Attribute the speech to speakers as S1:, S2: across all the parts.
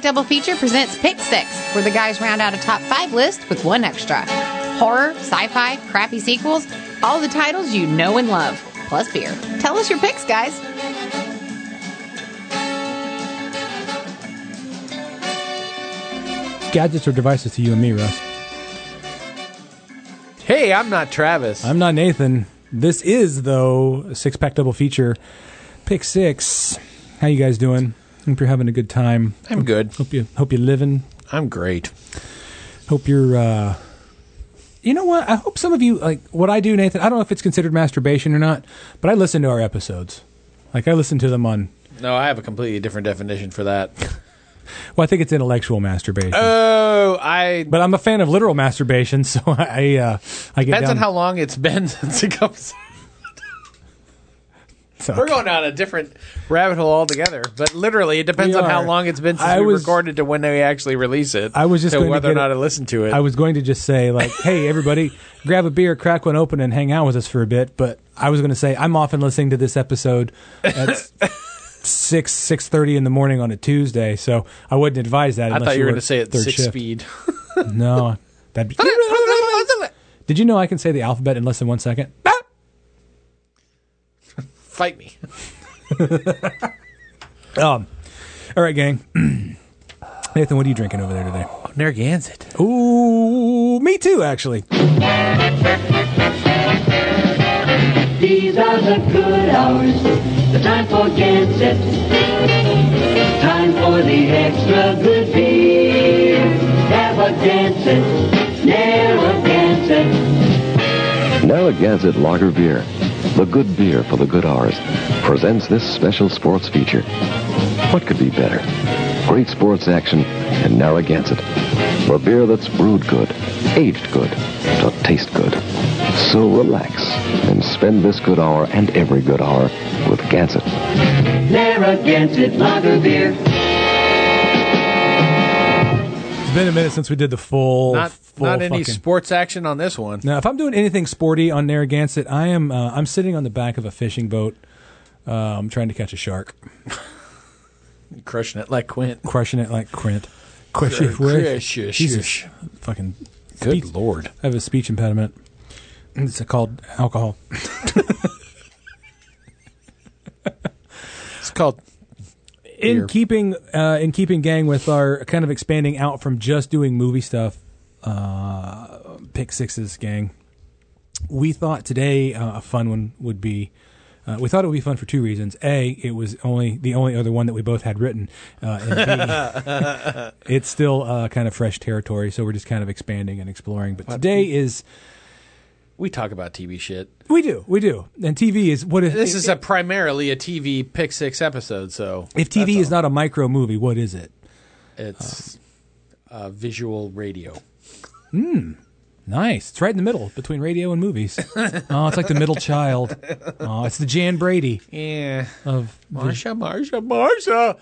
S1: Double Feature presents Pick Six, where the guys round out a top five list with one extra. Horror, sci fi, crappy sequels, all the titles you know and love, plus beer. Tell us your picks, guys.
S2: Gadgets or devices to you and me, Russ.
S3: Hey, I'm not Travis.
S2: I'm not Nathan. This is though a six pack double feature. Pick six. How you guys doing? Hope you're having a good time.
S3: I'm good.
S2: Hope you hope you're living.
S3: I'm great.
S2: Hope you're uh you know what? I hope some of you like what I do, Nathan. I don't know if it's considered masturbation or not, but I listen to our episodes. Like I listen to them on
S3: No, I have a completely different definition for that.
S2: well, I think it's intellectual masturbation.
S3: Oh, I
S2: but I'm a fan of literal masturbation, so I uh I get
S3: depends
S2: down,
S3: on how long it's been since it comes.
S2: so-
S3: We're going down a different rabbit hole altogether. But literally, it depends
S2: We
S3: on how
S2: are.
S3: long it's been since
S2: I
S3: we
S2: was-
S3: recorded to when they actually release it.
S2: I was just
S3: to
S2: going to
S3: whether or
S2: get-
S3: not I listened to it.
S2: I was going to just say like, hey everybody, grab a beer, crack one open, and hang out with us for a bit. But I was going to say I'm often listening to this episode at six six thirty in the morning on a Tuesday, so I wouldn't advise that.
S3: I
S2: unless
S3: thought you were
S2: work
S3: going to say it
S2: third
S3: six
S2: shift.
S3: speed.
S2: No, that'd be. Did you know I can say the alphabet in less than one second?
S3: Fight me.
S2: Um, all right, gang. Nathan, what are you drinking over there today?
S3: Narragansett.
S2: Ooh, me too, actually.
S4: These are the good hours, the time for Gansett. Time for the extra good beer. Have a Gansett, Narragansett.
S5: Narragansett Lager Beer, the good beer for the good hours, presents this special sports feature. What could be better? Great sports action in Narragansett. The beer that's brewed good, aged good, to taste good. So relax and spend this good hour and every good hour with Gansett.
S4: Narragansett Lager Beer.
S2: It's been a minute since we did the full.
S3: Not,
S2: full
S3: not any
S2: Oh, fucking-
S3: sports action on this one.
S2: Now, if I'm doing anything sporty on Narragansett, I am uh, I'm sitting on the back of a fishing boat, um, trying to catch a shark,
S3: Crushing it like Quint.
S2: crushing it like Quint.
S3: Crush, crush,
S2: Jesus,
S3: crush.
S2: fucking
S3: Good
S2: speech-
S3: lord.
S2: I have a speech impediment. It's called alcohol.
S3: It's called
S2: in
S3: Beer.
S2: keeping uh, in keeping gang with our kind of expanding out from just doing movie stuff uh, pick sixes gang we thought today uh, a fun one would be uh, we thought it would be fun for two reasons a it was only the only other one that we both had written uh, and b it's still uh, kind of fresh territory so we're just kind of expanding and exploring but today is
S3: We talk about TV shit.
S2: we do we do and tv is what is
S3: This is a primarily a TV pick six episode, so
S2: if tv is not a micro movie what is it
S3: it's uh, visual radio.
S2: Nice. It's right in the middle between radio and movies. oh, it's like the middle child. Oh, it's the Jan Brady
S3: Yeah,
S2: of
S3: Marsha, Marsha, Marsha.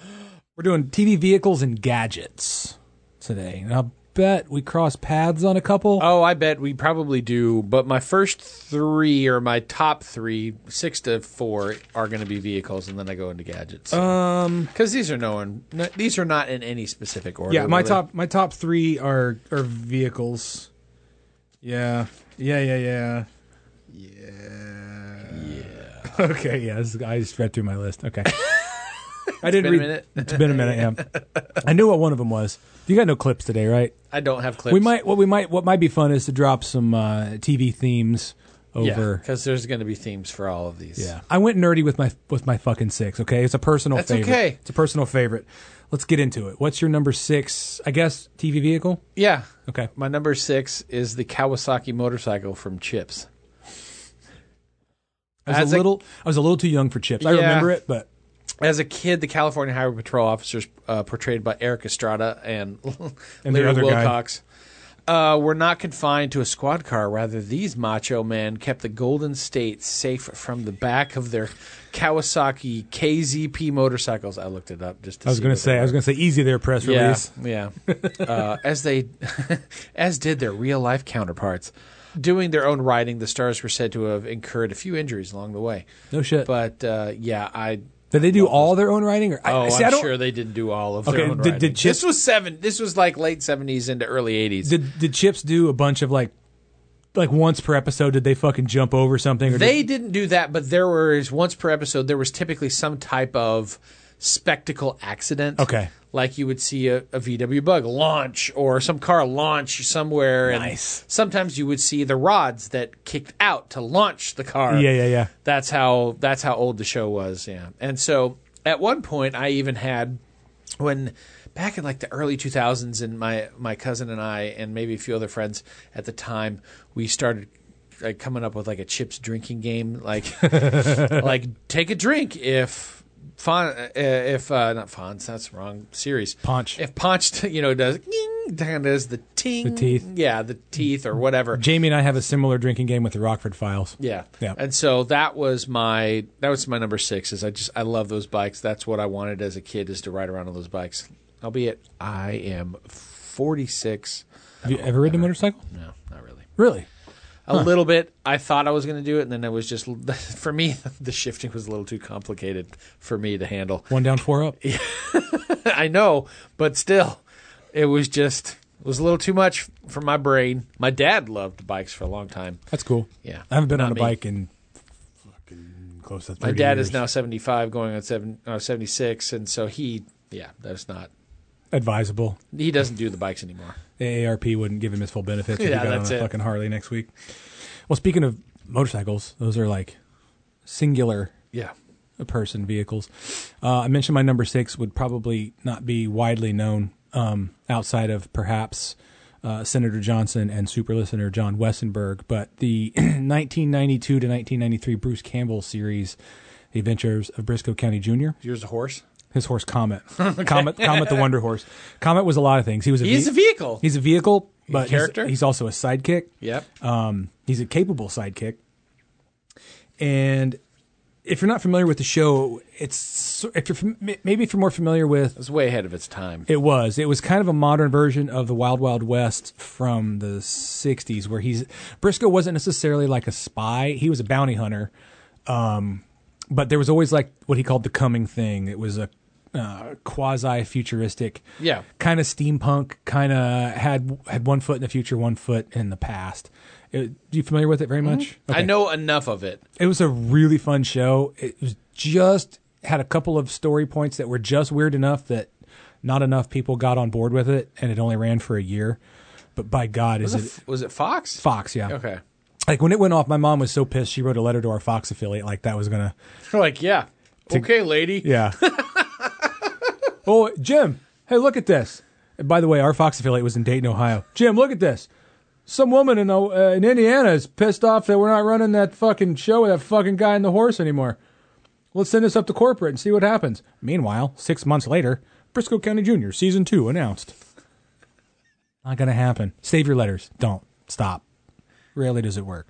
S2: we're doing TV vehicles and gadgets today. And I bet we cross paths on a couple.
S3: Oh, I bet we probably do. But my first three or my top three, six to four, are going to be vehicles, and then I go into gadgets. Um, because these are no in, no- these are not in any specific order.
S6: Yeah, my
S3: really.
S6: top my top three are are vehicles. Yeah, yeah, yeah, yeah,
S2: okay. Yeah, this is- I just read through my list. Okay. I didn't
S3: been a
S2: read.
S3: minute.
S2: It's been a minute. Yeah, I knew what one of them was. You got no clips today, right?
S3: I don't have clips.
S2: We might. What we might. What might be fun is to drop some uh, TV themes
S3: yeah,
S2: over.
S3: because there's going to be themes for all of these.
S2: Yeah, I went nerdy with my with my fucking six. Okay, it's a personal.
S3: That's
S2: favorite.
S3: okay.
S2: It's a personal favorite. Let's get into it. What's your number six? I guess TV vehicle.
S3: yeah.
S2: Okay.
S3: My number six is the Kawasaki motorcycle from Chips.
S2: I was
S3: As
S2: a
S3: a-
S2: little. I was a little too young for chips. I
S3: Yeah.
S2: remember it, but
S3: As a kid, the California Highway Patrol officers uh, portrayed by Eric Estrada and,
S2: And the
S3: Larry
S2: other guy.
S3: Wilcox uh, were not confined to a squad car. Rather, these macho men kept the Golden State safe from the back of their Kawasaki KZP motorcycles. I looked it up just to
S2: I was
S3: see
S2: gonna
S3: what they
S2: say. I was
S3: were.
S2: gonna say easy there press release.
S3: Yeah, yeah. uh, as they, as did their real life counterparts, doing their own riding. The stars were said to have incurred a few injuries along the way.
S2: No shit.
S3: But uh, yeah, I
S2: Did they do all their own writing? Or,
S3: Oh,
S2: see,
S3: I'm
S2: don't-
S3: sure they didn't do all of
S2: Okay,
S3: their own
S2: did- did
S3: writing.
S2: Chip-
S3: this was seven. This was like late seventies into early eighties.
S2: Did did Chips do a bunch of like, like once per episode? Did they fucking jump over something? Or
S3: They
S2: did,
S3: didn't do that, but there was once per episode. There was typically some type of spectacle accident.
S2: Okay.
S3: like you would see a, a VW bug launch or some car launch somewhere.
S2: Nice.
S3: And sometimes you would see the rods that kicked out to launch the car.
S2: Yeah, yeah, yeah.
S3: That's how that's how old the show was. Yeah, and so at one point I even had when back in like the early 2000s and my my cousin and I and maybe a few other friends at the time we started like coming up with like a chips drinking game like like take a drink if Fon, uh, if uh, not Fonz, that's wrong series.
S2: Ponch.
S3: If Ponch, you know, does ding, down does the ting,
S2: The teeth.
S3: yeah, the teeth or whatever.
S2: Jamie and I have a similar drinking game with the Rockford Files.
S3: Yeah.
S2: Yeah.
S3: And so that was my that was my number six is I just I love those bikes. That's what I wanted as a kid is to ride around on those bikes. Albeit I am forty six.
S2: Have you ever ridden a motorcycle?
S3: No, not really.
S2: Really?
S3: A little bit. I thought I was going to do it, and then it was just for me. The shifting was a little too complicated for me to handle.
S2: One down, four up.
S3: I know, but still, it was just it was a little too much for my brain. My dad loved bikes for a long time.
S2: That's cool.
S3: Yeah.
S2: I haven't been
S3: Not
S2: on a
S3: me.
S2: bike in fucking close to. 30
S3: My dad is
S2: years.
S3: now 75, going on seven, uh, 76, and so he, yeah, that's not.
S2: advisable.
S3: He doesn't do the bikes anymore.
S2: AARP wouldn't give him his full benefits if
S3: Yeah,
S2: he got
S3: that's
S2: on a
S3: it.
S2: fucking Harley next week. Well, speaking of motorcycles, those are like singular
S3: Yeah.
S2: person vehicles. Uh, I mentioned my number six would probably not be widely known um, outside of perhaps uh, Senator Johnson and super listener John Wessenberg, but the 1992 to 1993 Bruce Campbell series, The Adventures of Briscoe County Jr.,
S3: Yours a horse?
S2: his horse Comet. Comet, Comet the Wonder Horse. Comet was a lot of things. He was a,
S3: He is a vehicle.
S2: He's a vehicle, but he's-
S3: character?
S2: He's, also a sidekick.
S3: Yep.
S2: Um, he's a capable sidekick. And if you're not familiar with the show, it's if you're fam- maybe if you're more familiar with
S3: It's way ahead of its time.
S2: it was it was kind of a modern version of the Wild Wild West from the '60s, where he's Briscoe wasn't necessarily like a spy; he was a bounty hunter. Um, but there was always like what he called the coming thing. It was a uh, quasi futuristic,
S3: Yeah.
S2: kind of steampunk, kind of had had one foot in the future, one foot in the past. It, you familiar with it very
S3: Mm-hmm.
S2: much?
S3: I know enough of it.
S2: It was a really fun show. It was just had a couple of story points that were just weird enough that not enough people got on board with it, and it only ran for a year. But by God, is
S3: Was it,
S2: it
S3: was it Fox?
S2: Fox? Yeah.
S3: Okay.
S2: Like when it went off, my mom was so pissed. She wrote a letter to our Fox affiliate, like that was gonna.
S3: like, yeah. Okay, lady.
S2: Yeah. oh, Jim, hey, look at this. And by the way, our Fox affiliate was in Dayton, Ohio. Jim, look at this. Some woman in uh, in Indiana is pissed off that we're not running that fucking show with that fucking guy and the horse anymore. Let's send this up to corporate and see what happens. Meanwhile, six months later, Briscoe County Jr. season two announced. Not gonna happen. Save your letters. Don't stop. Rarely does it work.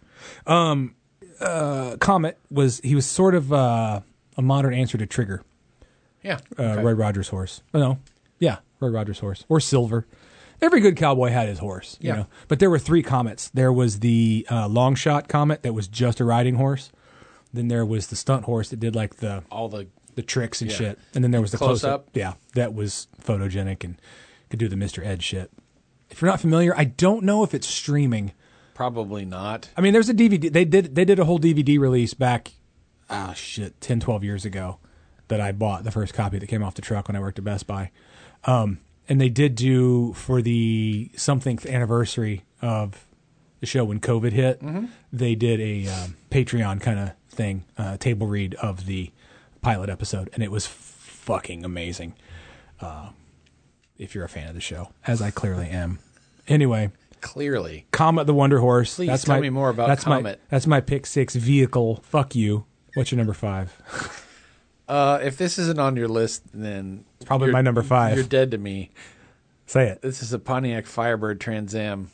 S2: Um, uh, Comet was he was sort of uh, a modern answer to Trigger
S3: Yeah.
S2: uh, Roy Rogers' horse. Oh, no, yeah, Roy Rogers' horse or Silver. Every good cowboy had his horse, you
S3: Yeah.
S2: know. But there were three comets. There was the uh, long shot comet that was just a riding horse. Then there was the stunt horse that did like the
S3: All the.
S2: the tricks and
S3: Yeah.
S2: shit. And then there was the
S3: Close
S2: close up.
S3: up.
S2: Yeah, that was photogenic and could do the Mr. Ed shit. If you're not familiar, I don't know if it's streaming.
S3: Probably not.
S2: I mean, there's a DVD. They did they did a whole DVD release back, ah shit, 10, 12 years ago, that I bought the first copy that came off the truck when I worked at Best Buy, um, and they did do for the something anniversary of the show when COVID hit. They did a um, Patreon kind of thing, uh, table read of the pilot episode, and it was fucking amazing. Uh, if you're a fan of the show, as I clearly am. Anyway,
S3: Clearly.
S2: Comet the Wonder Horse.
S3: Please
S2: that's
S3: tell
S2: my,
S3: me more about
S2: that's My,
S3: Comet.
S2: that's my pick six vehicle. Fuck you. What's your number five?
S3: Uh, if this isn't on your list, then. It's
S2: probably my number five.
S3: You're dead to me.
S2: Say it.
S3: This is a Pontiac Firebird Trans Am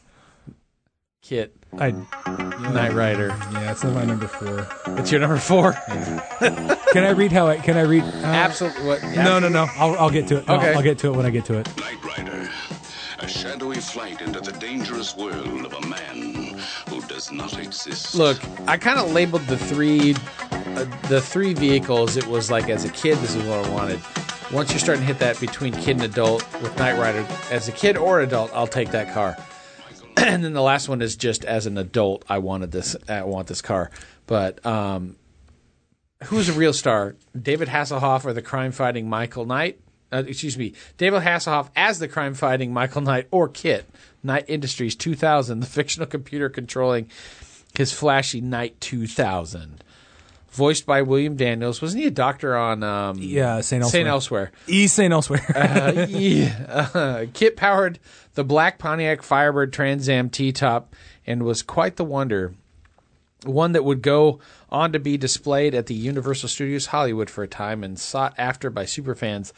S3: kit.
S2: I,
S3: Knight Rider.
S2: yeah, it's not my number four.
S3: It's your number four.
S2: Can I read how I can I read? uh,
S3: Absolutely. What?
S2: No, no, no. I'll, I'll get to it. No,
S3: Okay.
S2: I'll get to it when I get to it.
S7: Knight Rider, a shadowy flight into the dangerous world of a man who does not exist.
S3: Look, I kind of labeled the three uh, the three vehicles, it was like as a kid, this is what I wanted. Once you're starting to hit that between kid and adult with Knight Rider, as a kid or adult, I'll take that car. and then the last one is just as an adult, I wanted this. I want this car. But um, who's a real star? David Hasselhoff or the crime-fighting Michael Knight? Uh, excuse me, David Hasselhoff as the crime-fighting Michael Knight or Kit? Knight Industries 2000, the fictional computer controlling his flashy Knight 2000, voiced by William Daniels. Wasn't he a doctor on? Um,
S2: Yeah, Saint
S3: Saint
S2: Elsewhere.
S3: Elsewhere.
S2: He's saying elsewhere.
S3: Uh, yeah. Uh, Kit powered the black Pontiac Firebird Trans Am T top and was quite the wonder. One that would go on to be displayed at the Universal Studios Hollywood for a time and sought after by superfans.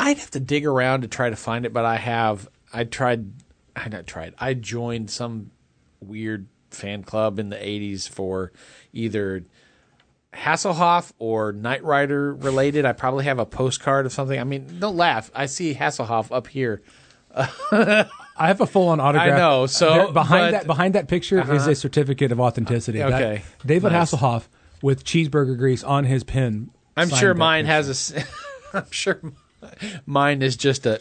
S3: I'd have to dig around to try to find it, but I have. I tried. I not tried. I joined some weird fan club in the 80s for either Hasselhoff or Knight Rider related. I probably have a postcard of something. I mean, don't laugh. I see Hasselhoff up here.
S2: I have a full on autograph.
S3: I know, so,
S2: There- behind
S3: but- Uh-huh.
S2: that behind that picture is a certificate of authenticity. That-
S3: Okay.
S2: David
S3: Nice.
S2: Hasselhoff with cheeseburger grease on his pin.
S3: I'm
S2: signed
S3: sure
S2: that
S3: mine
S2: picture.
S3: has a. s- I'm sure mine is just a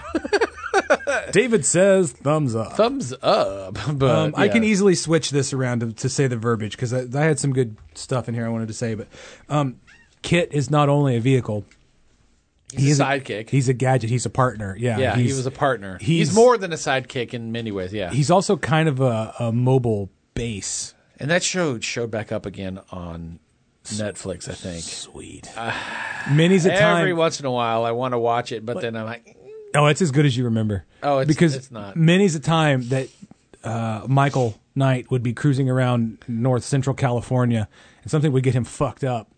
S2: Stamp. David says thumbs up.
S3: Thumbs up. But
S2: Um, I can
S3: yeah.
S2: easily switch this around to, to say the verbiage because I, I had some good stuff in here I wanted to say, but um, Kit is not only a vehicle.
S3: He's a
S2: he's
S3: sidekick.
S2: He's a gadget. He's a partner. Yeah.
S3: yeah, he
S2: he's-
S3: was a partner. He's,
S2: he's-
S3: more than a sidekick in many ways. Yeah,
S2: He's also kind of a, a mobile base.
S3: and that show showed back up again on Netflix. I think
S2: Sweet.
S3: Uh,
S2: Many's a time.
S3: every once in a while I want to watch it, but then I'm like,
S2: Oh, it's as good as you remember.
S3: Oh, it's-
S2: because
S3: it's not.
S2: Many's a time that uh, Michael Knight would be cruising around North Central California, and something would get him fucked up,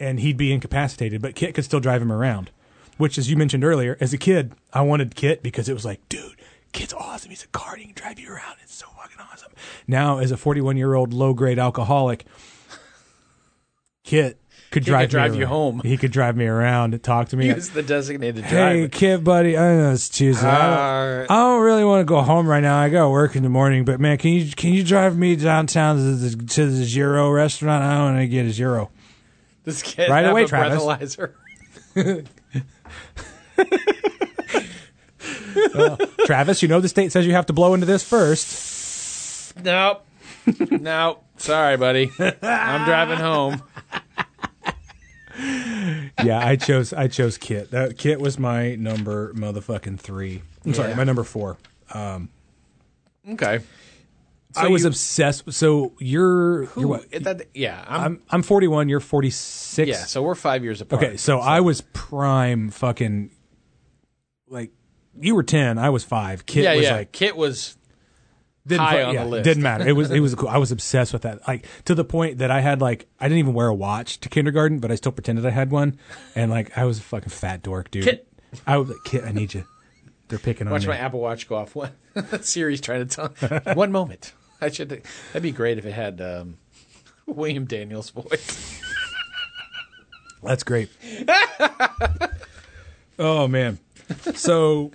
S2: and he'd be incapacitated. But Kit could still drive him around, which, as you mentioned earlier, as a kid, I wanted Kit because it was like, dude, Kit's awesome. He's a car. He can drive you around. It's so fucking awesome. Now, as a 41 year old low grade alcoholic, Kit could
S3: could
S2: drive me
S3: drive you
S2: around.
S3: home.
S2: He could drive me around and talk to me.
S3: he was the designated
S2: Hey,
S3: driver.
S2: kid, buddy. I know it's Tuesday. I,
S3: Uh,
S2: don't, I don't really want to go home right now. I got to work in the morning. But man, can you can you drive me downtown to the, to the Zero restaurant? I want to get a Zero.
S3: This kid
S2: Right
S3: have
S2: away,
S3: a
S2: Travis.
S3: breathalyzer.
S2: Travis, you know the state says you have to blow into this first.
S3: Nope. nope. Sorry, buddy. I'm driving home.
S2: Yeah, I chose I chose Kit. That Kit was my number motherfucking three. I'm sorry, my number four.
S3: Okay.
S2: I
S3: So
S2: was
S3: you-
S2: obsessed. So you're you're what?
S3: It- that- yeah. I'm,
S2: I'm I'm 41. You're 46.
S3: yeah. So we're five years apart.
S2: Okay, so I was prime fucking like you were ten, I was five. Kit
S3: yeah,
S2: was
S3: yeah.
S2: like
S3: Kit was.
S2: didn't
S3: high
S2: fu-
S3: on the list.
S2: Didn't matter. It was it was cool. I was obsessed with that. Like to the point that I had like I didn't even wear a watch to kindergarten, but I still pretended I had one. And like I was a fucking fat dork, dude.
S3: Kit.
S2: I was like, Kit, I need you. They're picking
S3: Watch
S2: on
S3: my
S2: me.
S3: Apple Watch go off. One Siri's trying to tell. One moment. I should. That'd be great if it had um, William Daniels' voice.
S2: That's great. oh man. So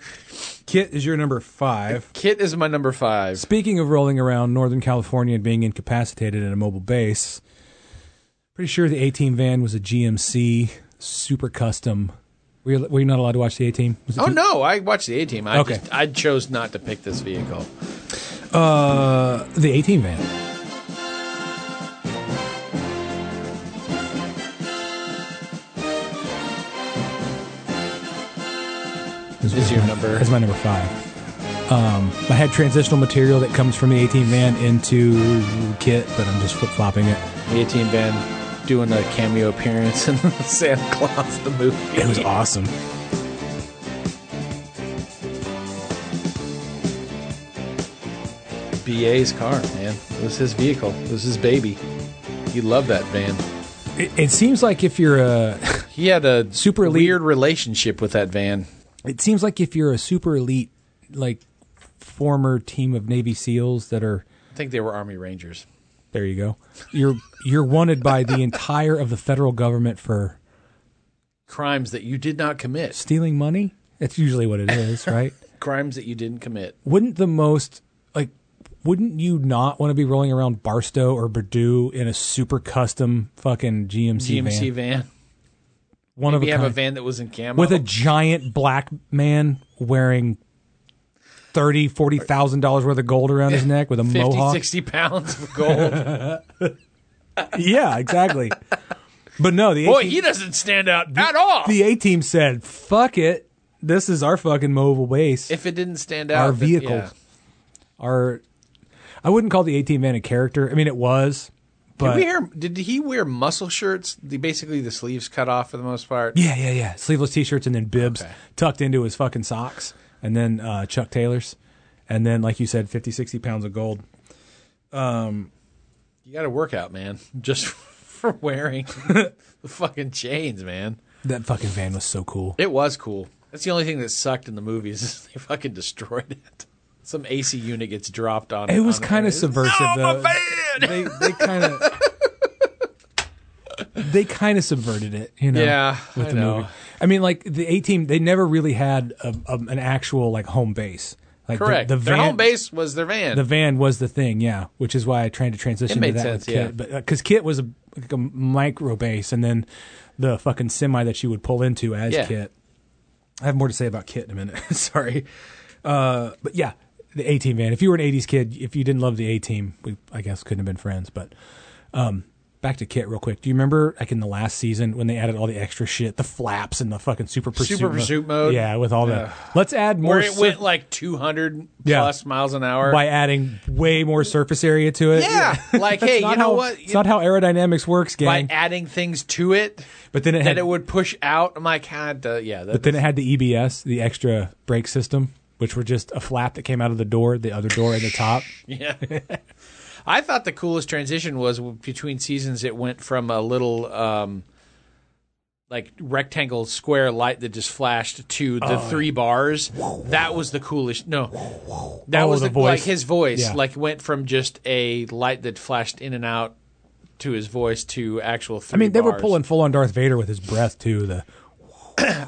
S2: Kit is your number five.
S3: Kit is my number five.
S2: Speaking of rolling around Northern California and being incapacitated at a mobile base, pretty sure the 18 van was a GMC super custom. Were you, were you not allowed to watch the 18?
S3: Oh no! I watched the A Team. I
S2: Okay.
S3: just, I chose not to pick this vehicle.
S2: Uh, the 18 van.
S3: Is your number?
S2: That's my number five. Um, I had transitional material that comes from the 18 van into kit, but I'm just flip flopping it.
S3: The 18 band doing a cameo appearance in Santa Claus the movie.
S2: It was awesome.
S3: BA's car, man. It was his vehicle. It was his baby. He loved that van.
S2: It, it seems like if you're a,
S3: He had a
S2: Super elite-
S3: weird relationship with that van.
S2: it seems like if you're a super elite, like former team of Navy SEALs that are
S3: I think they were Army Rangers.
S2: There you go. You're you're wanted by the entire of the federal government for
S3: Crimes that you did not commit.
S2: stealing money. That's usually what it is, right?
S3: Crimes that you didn't commit.
S2: Wouldn't the most like wouldn't you not want to be rolling around Barstow or Purdue in a super custom fucking GMC,
S3: GMC
S2: van?
S3: van.
S2: One
S3: We
S2: of
S3: have a
S2: kind.
S3: van that was in Camo
S2: with a giant black man wearing thirty, forty thousand dollars worth of gold around his neck with a
S3: 50,
S2: mohawk.
S3: 60 pounds of gold.
S2: Yeah, exactly. but no, the
S3: Boy,
S2: 18
S3: he doesn't stand out at all.
S2: the A team said, "Fuck it, this is our fucking mobile base,
S3: if it didn't stand out,
S2: our
S3: then-
S2: vehicle,
S3: yeah.
S2: our." I wouldn't call the A team van a character. I mean, it was,
S3: Did
S2: but
S3: we hear? Did he wear muscle shirts? The, basically, the sleeves cut off for the most part.
S2: yeah, yeah, yeah. Sleeveless t-shirts and then bibs
S3: Okay.
S2: tucked into his fucking socks, and then uh, Chuck Taylors, and then like you said, 50, 60 pounds of gold.
S3: You got to work out, man, just for wearing the fucking chains, man.
S2: That fucking van was so cool.
S3: It was cool. That's the only thing that sucked in the movies is they fucking destroyed it. Some AC unit gets dropped on.
S2: It was
S3: on-
S2: kind of subversive
S3: No,
S2: though.
S3: my van!
S2: They they kind of they kind of subverted it, you know.
S3: Yeah,
S2: with
S3: I
S2: the
S3: know.
S2: movie. I mean, like the A team, they never really had a, a, an actual like home base. Like the-
S3: Correct.
S2: The,
S3: Their
S2: van,
S3: home base was their van.
S2: The van was the thing, yeah, which is why I tried to transition
S3: It made
S2: to that
S3: sense,
S2: with Kit,
S3: yeah.
S2: but because Kit was a, like a micro base, and then the fucking semi that she would pull into as
S3: Yeah.
S2: Kit. I have more to say about Kit in a minute. Sorry, uh, but yeah, the A team van. If you were an '80s kid, if you didn't love the A team, we I guess couldn't have been friends. But um, back to Kit real quick. Do you remember like in the last season when they added all the extra shit, the flaps and the fucking super pursuit,
S3: Super
S2: mo-
S3: pursuit mode?
S2: Yeah, with all the let's add more.
S3: where it
S2: sur-
S3: went like 200
S2: Yeah.
S3: plus miles an hour.
S2: by adding way more surface area to it.
S3: yeah. like, hey, you
S2: Not
S3: know
S2: how-
S3: what?
S2: It's not how aerodynamics works,
S3: by
S2: gang.
S3: adding things to it,
S2: but then it had,
S3: that it would push out. I'm like, ah, duh, yeah. That,
S2: but then it had the EBS, the extra brake system, which were just a flap that came out of the door, the other door at the top.
S3: I thought the coolest transition was between seasons. It went from a little um, like rectangle square light that just flashed to the
S2: Oh.
S3: three bars. That was the coolest. No, that
S2: Oh,
S3: was
S2: the
S3: the, like
S2: voice.
S3: his voice.
S2: Yeah.
S3: Like went from just a light that flashed in and out to his voice to actual. Three
S2: I mean, they were
S3: bars.
S2: pulling full on Darth Vader with his breath too. The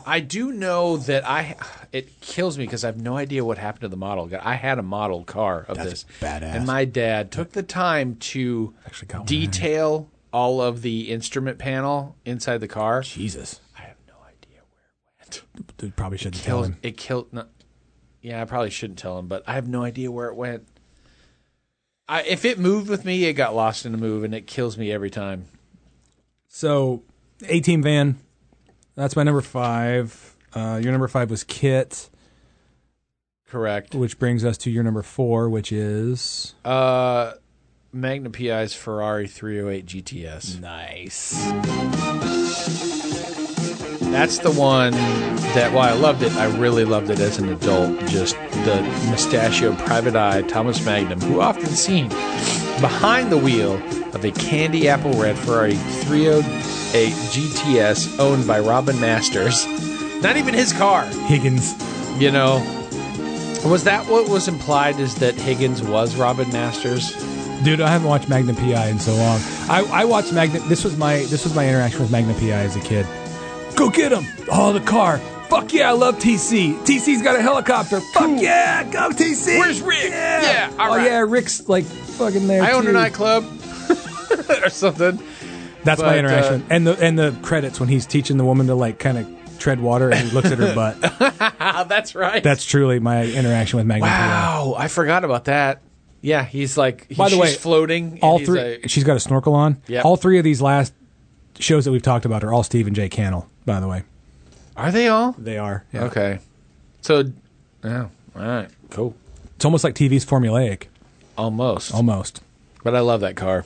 S3: I do know that I it kills me because I have no idea what happened to the model. I had a model car of this,
S2: badass.
S3: and my dad took the time to
S2: Actually got one.
S3: detail all of the instrument panel inside the car.
S2: Jesus,
S3: I have no idea where it went.
S2: dude, probably shouldn't tell
S3: Kills,
S2: him.
S3: it killed. No, yeah, I probably shouldn't tell him, but I have no idea where it went. I, if it moved with me, it got lost in the move, and it kills me every time.
S2: So, A team van. That's my number five. Uh, your number five was Kit,
S3: Correct.
S2: which brings us to your number four, which is
S3: Uh, Magna PI's Ferrari 308 GTS.
S2: nice.
S3: That's the one that while I loved it, I really loved it as an adult. Just the mustachio private eye Thomas Magnum, who often seen behind the wheel of a candy apple red Ferrari 308 GTS owned by Robin Masters. Not even his car,
S2: Higgins.
S3: you know. Was that what was implied? Is that Higgins was Robin Masters?
S2: Dude, I haven't watched Magnum PI in so long. I, I watched Magnum. This was my this was my interaction with Magnum PI as a kid. Go get him! Oh, the car! Fuck yeah, I love TC. TC's got a helicopter. Fuck yeah, go TC!
S3: Where's Rick?
S2: Yeah,
S3: Yeah, all
S2: oh
S3: right.
S2: yeah, Rick's like fucking there.
S3: I own
S2: too.
S3: a nightclub or something.
S2: That's my
S3: but, uh,
S2: interaction, and the and the credits when he's teaching the woman to like kind of tread water, and he looks at her butt.
S3: Ah, that's right.
S2: That's truly my interaction with Magnum PI.
S3: Wow, I forgot about that. Yeah, he's like he,
S2: By the
S3: she's
S2: way,
S3: floating. and
S2: All
S3: he's
S2: three.
S3: like-
S2: she's got a snorkel on.
S3: Yep.
S2: All three of these last shows that we've talked about are all Steve and Jay Cannell. By the way,
S3: are they all
S2: they are. Yeah.
S3: okay? So, yeah, all right, cool,
S2: It's almost like TV's formulaic,
S3: almost.
S2: almost.
S3: But I love that car,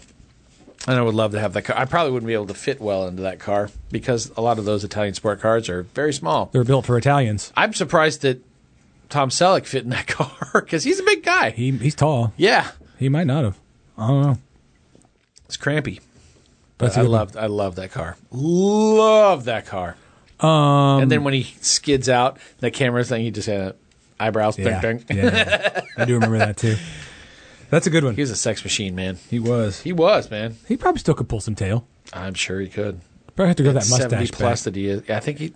S3: and I would love to have that car. I probably wouldn't be able to fit well into that car because a lot of those Italian sport cars are very small.
S2: They're built for Italians.
S3: I'm surprised that Tom Selleck fit in that car because he's a big guy.
S2: He he's tall.
S3: yeah,
S2: He might not have. I don't know.
S3: it's crampy.
S2: That's a
S3: I
S2: good one.
S3: loved, I love that car. Love that car. Um, and then when he skids out, the camera thing, he just had eyebrows.
S2: Yeah.
S3: Dunk, dunk.
S2: yeah. I do remember that too. That's a good one.
S3: He was a sex machine, man.
S2: He was.
S3: He was, man.
S2: He probably still could pull some tail.
S3: I'm sure he could.
S2: Probably have to go that
S3: Seventy
S2: mustache
S3: plus
S2: plus
S3: that he is. I think he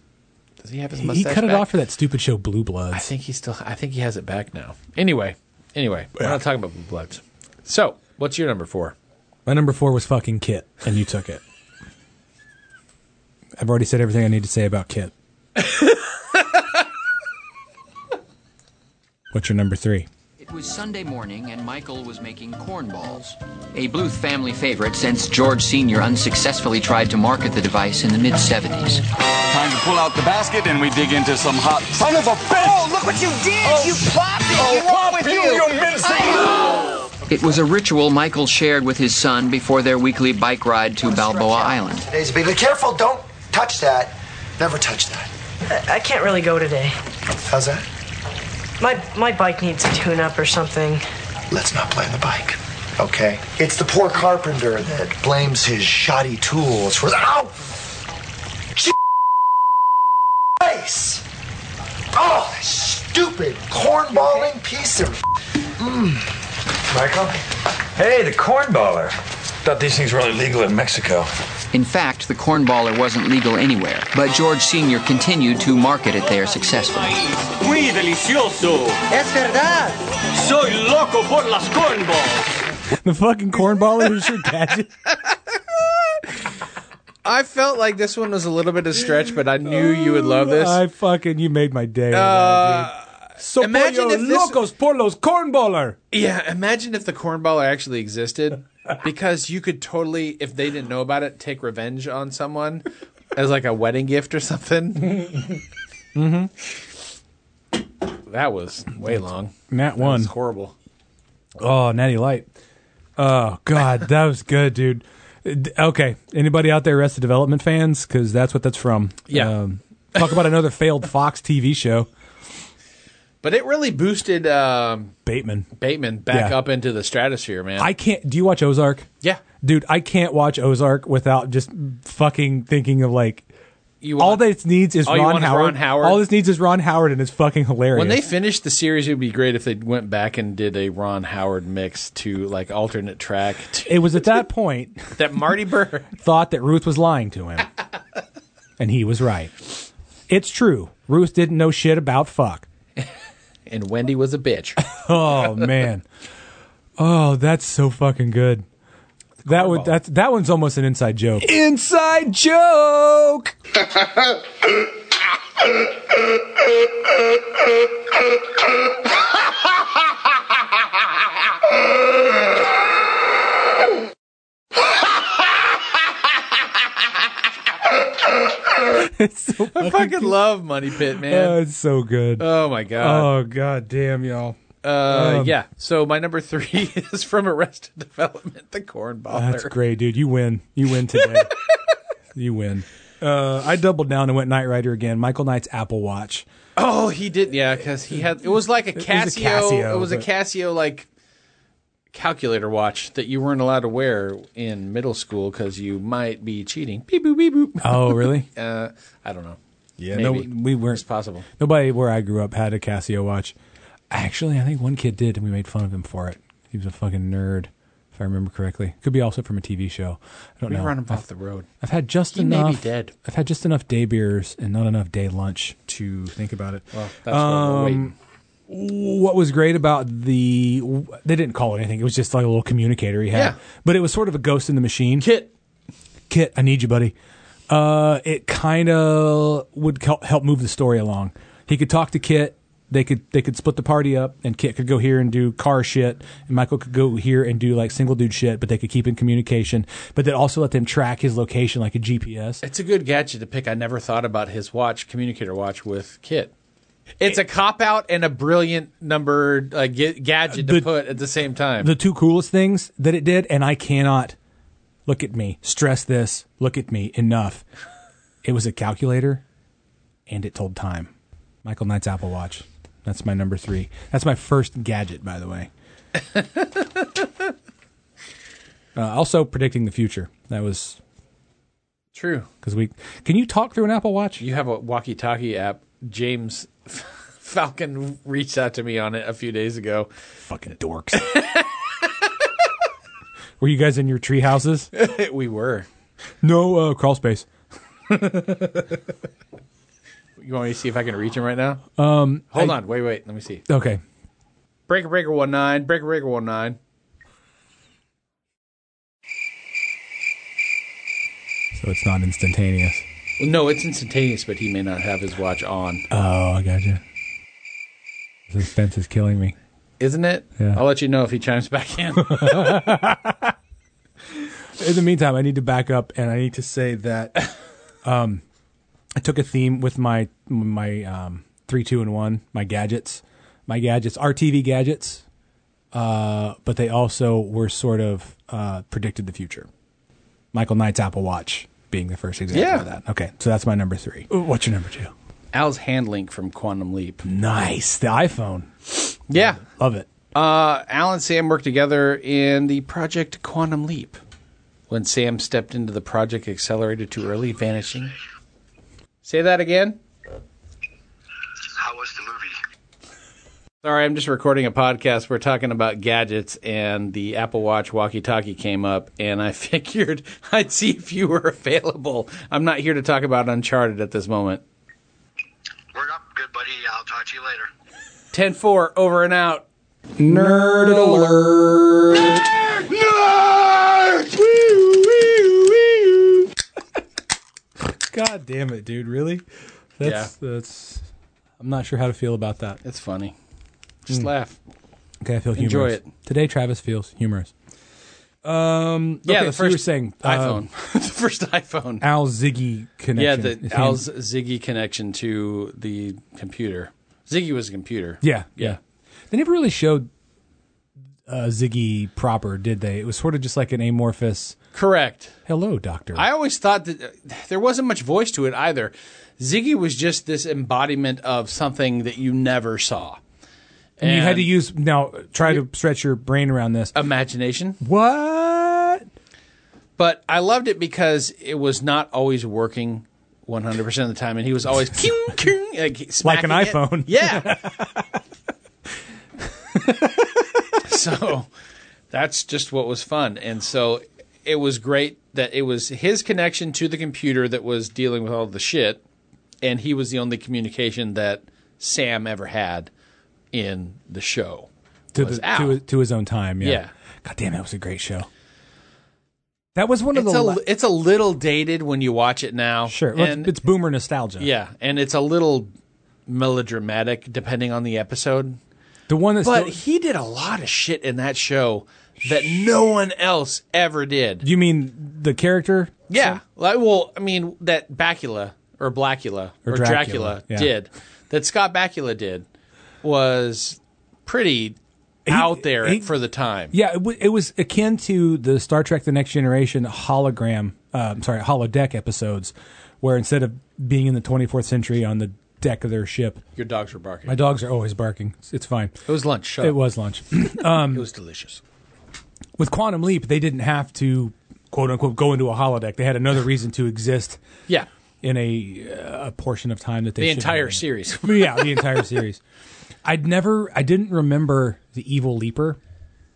S3: does. He have his
S2: He
S3: mustache.
S2: cut it
S3: back?
S2: off for that stupid show Blue
S3: I
S2: Bloods.
S3: think he still. I think he has it back now. Anyway, anyway, we're not talking about blue bloods. So, what's your number four?
S2: My number four was fucking Kit, and you took it. I've already said everything I need to say about Kit. What's your number three?
S8: It was Sunday morning, and Michael was making cornballs, a Bluth family favorite since George Sr. unsuccessfully tried to market the device in the mid 70s.
S9: Time to pull out the basket and we dig into some hot. Son of a bitch! Oh, look what you did! you popped it! Oh, pop with you, you,
S8: It was a ritual Michael shared with his son before their weekly bike ride to Balboa Island.
S10: Days be careful, don't touch that. Never touch that.
S11: I can't really go today.
S10: How's that?
S11: My my bike needs a tune up or something.
S10: Let's not blame the bike. Okay. It's the poor carpenter that blames his shoddy tools for the. Ow! Ch- Face! Oh, that stupid cornballing piece of. Mmm. Michael?
S9: Hey, the cornballer. Thought these things were only legal in Mexico.
S8: In fact, the cornballer wasn't legal anywhere, but George Sr. continued to market it there successfully.
S9: Muy delicioso.
S10: Es verdad.
S9: Soy loco por las cornballs.
S2: The fucking cornballer is your gadget.
S3: I felt like this one was a little bit of stretch, but I knew you would love this. Uh,
S2: I fucking you made my day. with that, dude. So
S3: imagine
S2: pollo
S3: if this-
S2: locos por los cornballer.
S3: Yeah, imagine if the cornballer actually existed, because you could totally, if they didn't know about it, take revenge on someone as like a wedding gift or something. mm-hmm. That was way long.
S2: Nat
S3: That
S2: one.
S3: was horrible.
S2: Oh, Natty Light. Oh God, that was good, dude. D- Okay, anybody out there Arrested Development fans? Because that's what that's from. Um,
S3: Yeah.
S2: talk about another failed Fox TV show,
S3: But it really boosted um,
S2: Bateman.
S3: Bateman back
S2: Yeah.
S3: up into the stratosphere, man.
S2: I can't. Do you watch Ozark?
S3: yeah,
S2: Dude, I can't watch Ozark without just fucking thinking of like
S3: you
S2: all
S3: want-
S2: that it needs is,
S3: all you
S2: Ron,
S3: want is
S2: Howard.
S3: Ron Howard?
S2: All this needs is Ron Howard, and it's fucking hilarious.
S3: When they finished the series, it would be great if they went back and did a Ron Howard mix to like alternate track
S2: it was at that point
S3: that Marty Burr.
S2: thought that Ruth was lying to him. and he was right. It's true. Ruth didn't know shit about fuck.
S3: and Wendy was a bitch.
S2: Oh man. Oh, that's so fucking good. That would that's that one's almost an inside joke. Inside joke. it's so
S3: I fucking love Money Pit,
S2: oh,
S3: man.
S2: it's so good.
S3: oh my god.
S2: oh god damn y'all.
S3: uh,
S2: um,
S3: yeah. So my number three is from Arrested Development, the cornballer.
S2: That's great, dude. You win. You win today. you win. Uh, I doubled down and went Knight Rider again. Michael Knight's Apple Watch.
S3: Oh, he did. Yeah, because he had. It was like a Casio. It was a Casio,
S2: Casio, but-
S3: like calculator watch that you weren't allowed to wear in middle school because you might be cheating. Beep boop beep boop.
S2: Oh, really?
S3: Uh, I don't know.
S2: yeah.
S3: maybe.
S2: No, we weren't.
S3: It's possible.
S2: Nobody where I grew up had a Casio watch. Actually, I think one kid did, and we made fun of him for it. He was a fucking nerd, if I remember correctly. Could be also from a TV show. I don't
S3: We
S2: know.
S3: run him off the road.
S2: I've had just
S3: He may be
S2: enough.
S3: dead.
S2: I've had just enough day beers and not enough day lunch to think about it.
S3: Well, Oh, that's what
S2: Um,
S3: we're waiting.
S2: what was great about the they didn't call it anything. It was just like a little communicator he had,
S3: Yeah.
S2: but it was sort of a ghost in the machine.
S3: Kit.
S2: Kit, I need you, buddy. Uh, it kind of would help help move the story along. He could talk to Kit. They could they could split the party up, and Kit could go here and do car shit, and Michael could go here and do like single dude shit. But they could keep in communication. But they also let them track his location like a GPS.
S3: It's a good gadget to pick. I never thought about his watch, communicator watch with Kit. It's a cop out and a brilliant number uh, ga- gadget to
S2: The-
S3: put at the same time.
S2: the two coolest things that it did, and I cannot look at me, stress this, look at me enough. It was a calculator and it told time. Michael Knight's Apple Watch. That's my number three. That's my first gadget, by the way. uh, also, predicting the future. That was
S3: True.
S2: because we can you talk through an Apple Watch?
S3: You have a walkie talkie app. James Falcon reached out to me on it a few days ago.
S2: Fucking dorks. Were you guys in your tree houses?
S3: we were.
S2: No uh, crawl space.
S3: You want me to see if I can reach him right now? Um, Hold on. Wait, wait. Let me see.
S2: Okay.
S3: Breaker Breaker 19. Breaker Breaker 19.
S2: so it's not instantaneous.
S3: Well, no, it's instantaneous, but he may not have his watch on.
S2: Oh, I gotcha. Suspense is killing me.
S3: Isn't it?
S2: Yeah.
S3: I'll let you know if he chimes back in.
S2: In the meantime, I need to back up and I need to say that um, I took a theme with my my um, three, two, and one, my gadgets, my gadgets, RTV gadgets, uh, but they also were sort of uh, predicted the future. Michael Knight's Apple Watch being the first example
S3: Yeah.
S2: of that. Okay, so that's my number three. Ooh, What's your number two?
S3: Al's hand link from Quantum Leap.
S2: Nice, the iPhone.
S3: Yeah.
S2: Love it.
S3: Uh, Al and Sam worked together in the project Quantum Leap. When Sam stepped into the project accelerator too early, vanishing. Say that again.
S12: How was the movie?
S3: Sorry, I'm just recording a podcast. We're talking about gadgets, and the Apple Watch walkie talkie came up, and I figured I'd see if you were available. I'm not here to talk about Uncharted at this moment. Word up, good buddy. I'll talk to you later. Ten four, over and out.
S2: Nerd alert.
S6: Nerd! Woo, woo, woo.
S2: God damn it, dude! Really? That's that's. I'm not sure how to feel about that.
S3: It's funny.
S2: Hmm.
S3: Just laugh.
S2: Okay, I feel humorous.
S3: Enjoy
S2: Today, Travis feels humorous. Um,
S3: Yeah,
S2: okay,
S3: the
S2: so you were
S3: first
S2: saying
S3: iPhone.
S2: um,
S3: the first iPhone.
S2: Al Ziggy connection.
S3: Yeah,
S2: His
S3: the Al's Ziggy connection to the computer. Ziggy was a computer.
S2: Yeah, yeah. They never really showed uh, Ziggy proper, did they? It was sort of just like an amorphous.
S3: Correct.
S2: Hello, doctor.
S3: I always thought that uh, there wasn't much voice to it either. Ziggy was just this embodiment of something that you never saw.
S2: And you had to use now. Try to stretch your brain around this.
S3: imagination.
S2: What?
S3: But I loved it because it was not always working 100% of the time, and he was always king, king, like,
S2: Like an
S3: smacking it.
S2: iPhone.
S3: Yeah. so that's just what was fun. And so it was great that it was his connection to the computer that was dealing with all the shit, and he was the only communication that Sam ever had in the show.
S2: to
S3: was
S2: the,
S3: Al.
S2: to, to his own time. Yeah.
S3: Yeah.
S2: God damn, that was a great show. That was one of
S3: it's
S2: the.
S3: a,
S2: la-
S3: it's a little dated when you watch it now.
S2: sure, well,
S3: and,
S2: it's boomer nostalgia.
S3: yeah, and it's a little melodramatic depending on the episode.
S2: The one that's
S3: But he did a lot of shit in that show that no one else ever did.
S2: You mean the character?
S3: Yeah, like, well, I mean that Bacula or Blackula or,
S2: Or Dracula,
S3: Dracula,
S2: yeah.
S3: did that Scott Bakula did was pretty out there
S2: he-
S3: for the time.
S2: Yeah, it, w- it was akin to the Star Trek: The Next Generation hologram. Uh, I'm sorry, holodeck episodes, where instead of being in the 24th century on the deck of their ship,
S3: Your dogs were barking.
S2: my dogs are always barking. It's, it's fine.
S3: It was lunch. Shut
S2: it
S3: up.
S2: was lunch. um,
S3: it was delicious.
S2: with Quantum Leap, they didn't have to quote unquote go into a holodeck. They had another reason to exist.
S3: Yeah.
S2: in a uh, a portion of time that they
S3: The
S2: shouldn't
S3: entire
S2: have.
S3: series.
S2: yeah, the entire series. I'd never, I didn't remember the Evil Leaper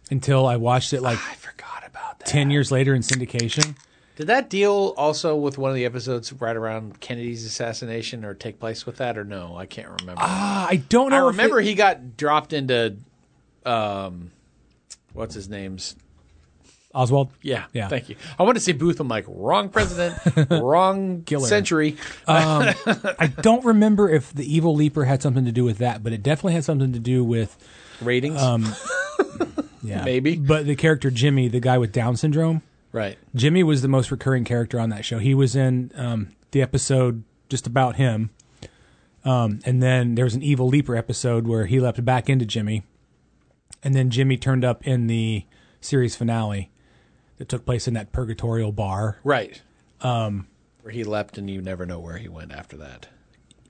S2: until I watched it
S3: Ah,
S2: like I forgot about that. ten years later in syndication.
S3: Did that deal also with one of the episodes right around Kennedy's assassination or take place with that or no? I can't remember.
S2: Ah, I don't know.
S3: I
S2: if
S3: remember
S2: it-
S3: he got dropped into um what's his name's
S2: Oswald.
S3: yeah,
S2: Yeah.
S3: Thank you. I want to say Booth. I'm like wrong president, wrong
S2: Killer.
S3: century.
S2: Um, I don't remember if the Evil Leaper had something to do with that, but it definitely had something to do with
S3: Ratings?
S2: Um, yeah,
S3: Maybe.
S2: But the character Jimmy, the guy with Down syndrome,
S3: Right.
S2: Jimmy was the most recurring character on that show. He was in um, the episode just about him. Um, and then there was an Evil Leaper episode where he leapt back into Jimmy. And then Jimmy turned up in the series finale that took place in that purgatorial bar.
S3: Right.
S2: Um,
S3: Where he leapt and you never know where he went after that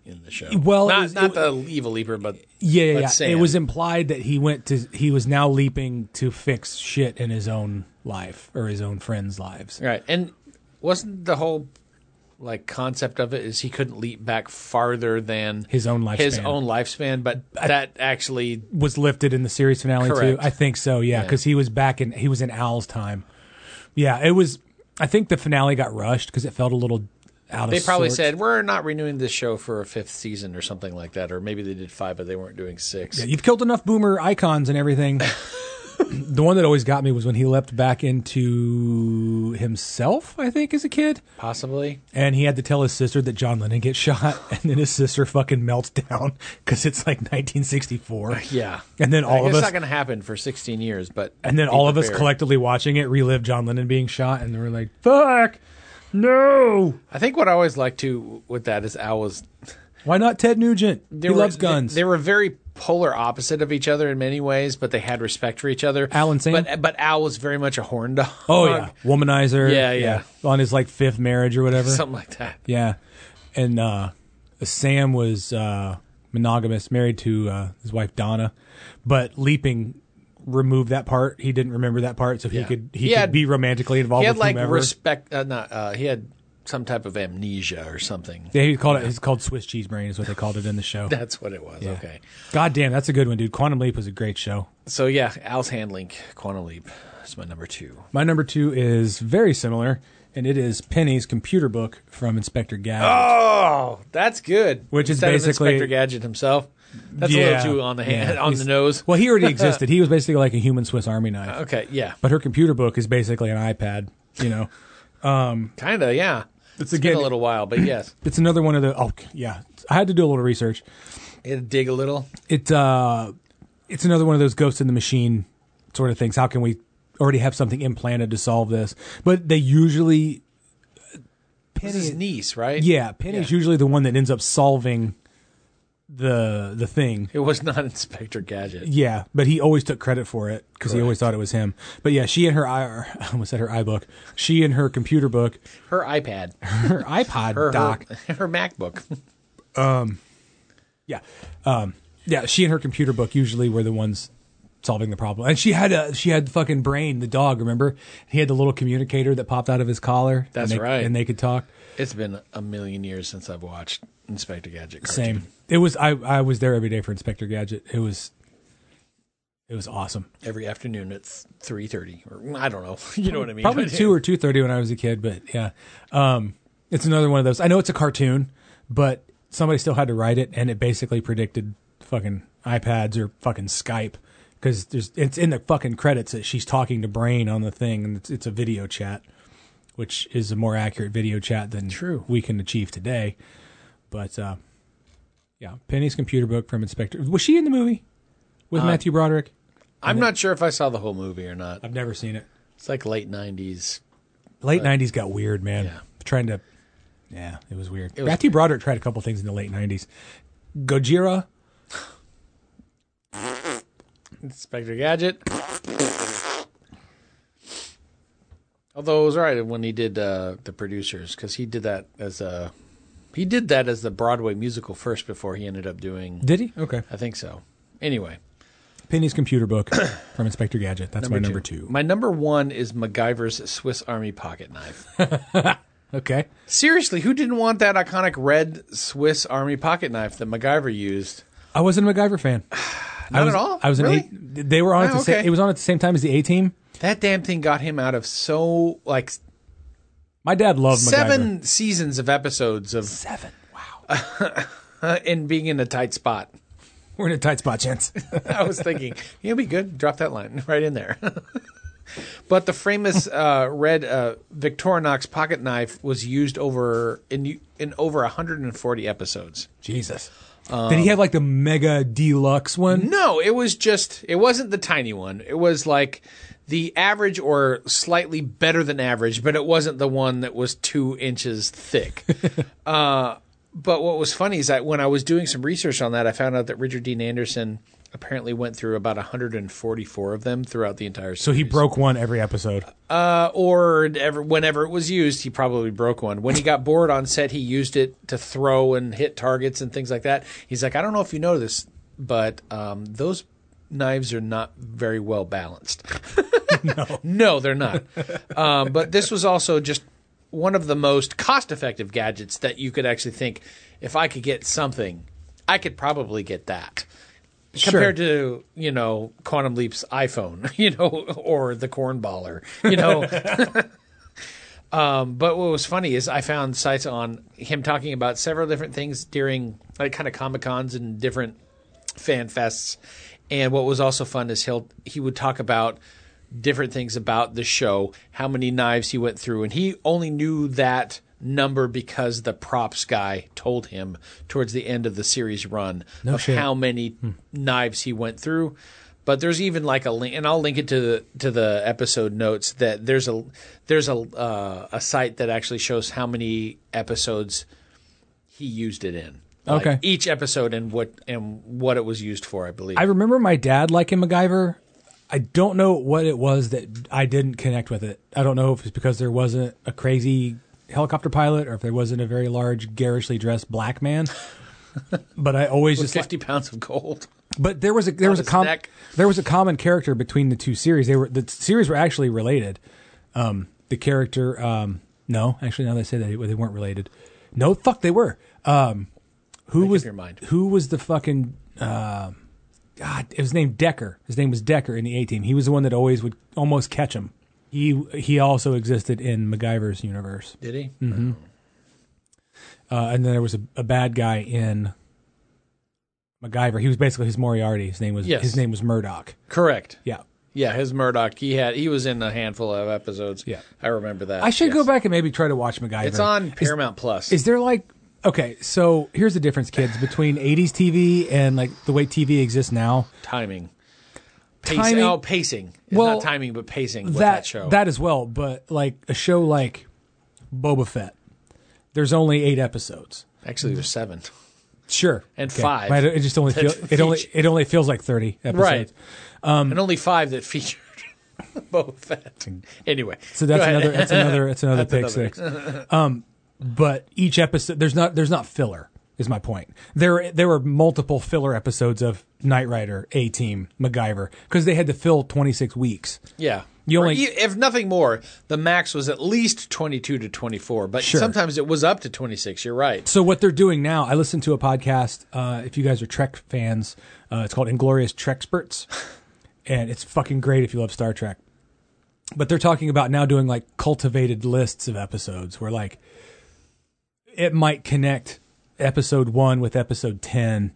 S3: in the show.
S2: Well, it
S3: not
S2: was-
S3: not
S2: it-
S3: the evil leaper, but
S2: yeah,
S3: but
S2: yeah, yeah.
S3: Sam.
S2: It was implied that he went to, he was now leaping to fix shit in his own life or his own friends' lives.
S3: Right. And wasn't the whole like concept of it is he couldn't leap back farther than
S2: His own
S3: His
S2: lifespan.
S3: own lifespan, but that actually
S2: was lifted in the series finale
S3: Correct.
S2: too. I think so, yeah,
S3: Yeah.
S2: because he was back in he was in Al's time. Yeah, it was. I think the finale got rushed because it felt a little out
S3: they
S2: of.
S3: probably
S2: sorts.
S3: said we're not renewing this show for a fifth season or something like that, or maybe they did five, but they weren't doing six.
S2: yeah, "You've killed enough boomer icons and everything. the one that always got me was when he leapt back into himself, I think, as a kid.
S3: Possibly.
S2: And he had to tell his sister that John Lennon gets shot, and then his sister fucking melts down because it's like 1964.
S3: Yeah.
S2: And then all
S3: I
S2: of
S3: guess It's
S2: us,
S3: not going to happen for 16 years, but.
S2: and then
S3: be
S2: all of us
S3: prepared.
S2: collectively watching it relive John Lennon being shot, and we're like, "Fuck, no!"
S3: I think what I always like to with that is Al was.
S2: Why not Ted Nugent? He loves guns.
S3: They, were very polar opposite of each other in many ways, but they had respect for each other.
S2: Al and Sam?
S3: But, but Al was very much a horn dog.
S2: Oh yeah, womanizer.
S3: Yeah, yeah.
S2: On his like fifth marriage or whatever,
S3: Something like that.
S2: Yeah, and uh, Sam was uh, monogamous, married to uh, his wife Donna, but leaping removed that part. He didn't remember that part, so he
S3: Yeah.
S2: could he,
S3: He
S2: could
S3: had-
S2: be romantically involved.
S3: he had
S2: with
S3: like
S2: whomever.
S3: respect. Uh, not, uh, he had some type of amnesia or something.
S2: Yeah, he called it. It's called Swiss cheese brain, is what they called it in the show.
S3: That's what it was.
S2: Yeah.
S3: Okay.
S2: God damn, that's a good one, dude. Quantum Leap was a great show.
S3: So yeah, Al's handling quantum leap is my number two.
S2: My number two is very similar, and it is Penny's computer book from Inspector Gadget.
S3: Oh, that's good.
S2: Which is
S3: Instead of
S2: basically-
S3: Inspector Gadget himself. That's a
S2: Yeah,
S3: little too on the hand,
S2: yeah.
S3: on
S2: He's-
S3: the nose.
S2: Well, he already existed. he was basically like a human Swiss Army knife.
S3: okay, yeah,
S2: But her computer book is basically an iPad. You know, um,
S3: kind of, yeah.
S2: It's
S3: been
S2: again-
S3: a little while, but yes,
S2: it's another one of the. Oh, yeah. I had to do a little research.
S3: it dig a little.
S2: It uh, it's another one of those ghosts in the machine sort of things. How can we already have something implanted to solve this? But they usually
S3: Penny's niece, right?
S2: Yeah, Penny's usually the one that ends up solving the the thing.
S3: It was not Inspector Gadget.
S2: Yeah, but he always took credit for it because he always thought it was him. But yeah, she and her i or, I almost said her iBook. She and her computer book,
S3: Her iPad,
S2: her iPod
S3: her
S2: doc.
S3: her, her MacBook.
S2: Um, yeah, um, yeah. She and her computer book usually were the ones solving the problem. And she had a she had fucking brain the dog. Remember, he had the little communicator that popped out of his collar. and
S3: That's
S2: they-
S3: right.
S2: and they could talk.
S3: It's been a million years since I've watched Inspector Gadget. Cartoon.
S2: Same. It was I I was there every day for Inspector Gadget. It was it was awesome.
S3: Every afternoon at three thirty, or I don't know. You know what I mean?
S2: Probably
S3: But-
S2: two or two thirty when I was a kid, but yeah, um, it's another one of those. I know it's a cartoon, but somebody still had to write it, and it basically predicted fucking iPads or fucking Skype because there's it's in the fucking credits that she's talking to Brain on the thing, and it's, it's a video chat, which is a more accurate video chat than True. we can achieve today. But uh, yeah, Penny's computer book from Inspector was she in the movie with
S3: Uh,
S2: Matthew Broderick?
S3: I'm not sure if I saw the whole movie or not.
S2: I've never seen it.
S3: It's like late '90s.
S2: Late
S3: but-
S2: '90s got weird, man.
S3: Yeah.
S2: Trying to, yeah, it was weird.
S3: It was
S2: Matthew Broderick tried a couple things in the late '90s. Gojira,
S3: Inspector Gadget. Although it was right when he did uh, the producers because he did that as a he did that as the Broadway musical first before he ended up doing.
S2: did he? Okay.
S3: I think so. Anyway,
S2: Penny's computer book from Inspector Gadget. That's my number two.
S3: My number one is MacGyver's Swiss Army pocket knife.
S2: Okay.
S3: Seriously, who didn't want that iconic red Swiss Army pocket knife that MacGyver used?
S2: I wasn't a MacGyver fan. I
S3: Not
S2: was,
S3: at all?
S2: I was an
S3: Really?
S2: eight. They were on
S3: Ah,
S2: at the same.
S3: okay.
S2: It was on at the same time as the A Team.
S3: That damn thing got him out of so like
S2: My dad loved MacGyver.
S3: seven seasons of episodes of seven. Wow. and being in a tight spot.
S2: We're in a tight spot, Chance.
S3: I was thinking, yeah, it'd be good. Drop that line right in there. but the famous uh, red uh, Victorinox pocket knife was used over in in over 140 episodes.
S2: Jesus. Did he have like the mega deluxe one?
S3: Um, No, it was just it wasn't the tiny one. It was like the average or slightly better than average, but it wasn't the one that was two inches thick. uh, but what was funny is that when I was doing some research on that, I found out that Richard Dean Anderson apparently went through about 144 of them throughout the entire. Series.
S2: So he broke one every episode.
S3: Uh, or ever, whenever it was used, he probably broke one. When he got bored on set, he used it to throw and hit targets and things like that. He's like, I don't know if you know this, but um, those knives are not very well balanced. no, no, they're not. Um, but this was also just one of the most cost-effective gadgets that you could actually think. If I could get something, I could probably get that compared to you know quantum leap's iphone you know or the cornballer you know um, but what was funny is i found sites on him talking about several different things during like kind of comic cons and different fan fests And what was also fun is he'll he would talk about different things about the show, how many knives he went through, and he only knew that number because the props guy told him towards the end of the series run
S2: No
S3: of
S2: shit.
S3: how many
S2: Hmm.
S3: knives he went through. But there's even like a link, and I'll link it to the to the episode notes. That there's a there's a uh, a site that actually shows how many episodes he used it in. Like,
S2: Okay.
S3: each episode and what and what it was used for, I believe.
S2: I remember my dad liking MacGyver. I don't know what it was that I didn't connect with it. I don't know if it's because there wasn't a crazy helicopter pilot or if there wasn't a very large, garishly dressed black man. but I always just
S3: With fifty pounds of gold.
S2: But there was a there
S3: On
S2: was a
S3: his
S2: com-
S3: neck.
S2: there was a common character between the two series. They were the series were actually related. Um, the character, um, no, actually now they say that they weren't related. No, fuck, they were. Um, who was
S3: your mind.
S2: who was the fucking uh, God? It was named Decker. His name was Decker in the A Team. He was the one that always would almost catch him. He he also existed in MacGyver's universe.
S3: Did he?
S2: hmm Uh, and then there was a, a bad guy in MacGyver. He was basically his Moriarty. His name was
S3: Yes.
S2: his name was Murdoch.
S3: Correct.
S2: Yeah.
S3: Yeah, his Murdoch. He had he was in a handful of episodes. Yeah, I remember that.
S2: I should
S3: yes.
S2: go back and maybe try to watch MacGyver.
S3: It's on
S2: Is-
S3: Paramount Plus.
S2: Is there like okay? So here's the difference, kids, between '80s TV and like the way TV exists now.
S3: timing. Pace,
S2: Timing-
S3: Oh, pacing. It's
S2: Well,
S3: not timing, but pacing with
S2: that,
S3: that, show.
S2: that as well, but like a show like Boba Fett, there's only eight episodes.
S3: Actually, there's seven.
S2: Sure,
S3: And
S2: Okay.
S3: five.
S2: But it just only
S3: that
S2: feel, it only
S3: feature-
S2: it only feels like thirty episodes.
S3: Right. and only five that featured Boba Fett. Anyway,
S2: So that's
S3: go ahead.
S2: another that's another that's another
S3: That's
S2: pick
S3: another-
S2: six. Um, but each episode there's not there's not filler is my point. There there were multiple filler episodes of Knight Rider, A Team, MacGyver because they had to fill 26 weeks.
S3: Yeah.
S2: You
S3: Or
S2: only-
S3: e- if nothing more, the max was at least 22 to 24, but
S2: Sure.
S3: sometimes it was up to 26. You're right.
S2: So what they're doing now, I listened to a podcast. Uh, if you guys are Trek fans, uh, it's called Inglorious Trexperts, and it's fucking great if you love Star Trek. But they're talking about now doing like cultivated lists of episodes where like it might connect episode one with episode ten.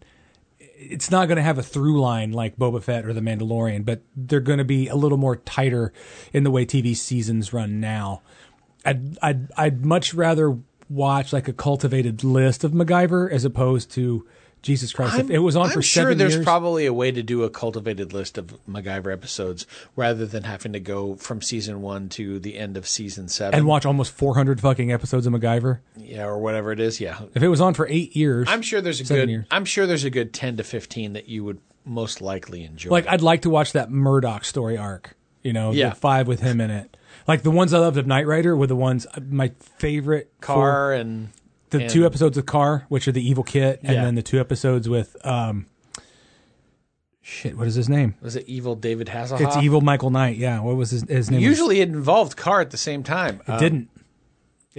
S2: It's not going to have a through line like Boba Fett or The Mandalorian, but they're going to be a little more tighter in the way TV seasons run now. I'd I'd I'd much rather watch like a cultivated list of MacGyver as opposed to Jesus Christ. if
S3: I'm-
S2: it was on
S3: I'm
S2: for
S3: sure
S2: seven
S3: there's
S2: years.
S3: probably a way to do a cultivated list of MacGyver episodes rather than having to go from season one to the end of season seven
S2: and watch almost 400 fucking episodes of MacGyver.
S3: yeah, or whatever it is. Yeah,
S2: If it was on for eight years,
S3: I'm sure there's a
S2: seven
S3: good.
S2: years.
S3: I'm sure there's a good ten to fifteen that you would most likely enjoy.
S2: Like I'd like to watch that Murdoch story arc. You know,
S3: Yeah.
S2: the five with him in it. Like the ones I loved of Knight Rider were the ones uh, my favorite
S3: Car
S2: four-
S3: and
S2: the
S3: and-
S2: two episodes with Car, which are the evil kit, and
S3: Yeah.
S2: then the two episodes with um, shit. What is his name?
S3: Was it Evil David Hasselhoff?
S2: It's evil Michael Knight. Yeah, what was his, his name? was-
S3: Uh-huh. Usually, it involved Car at the same time. Um,
S2: It didn't.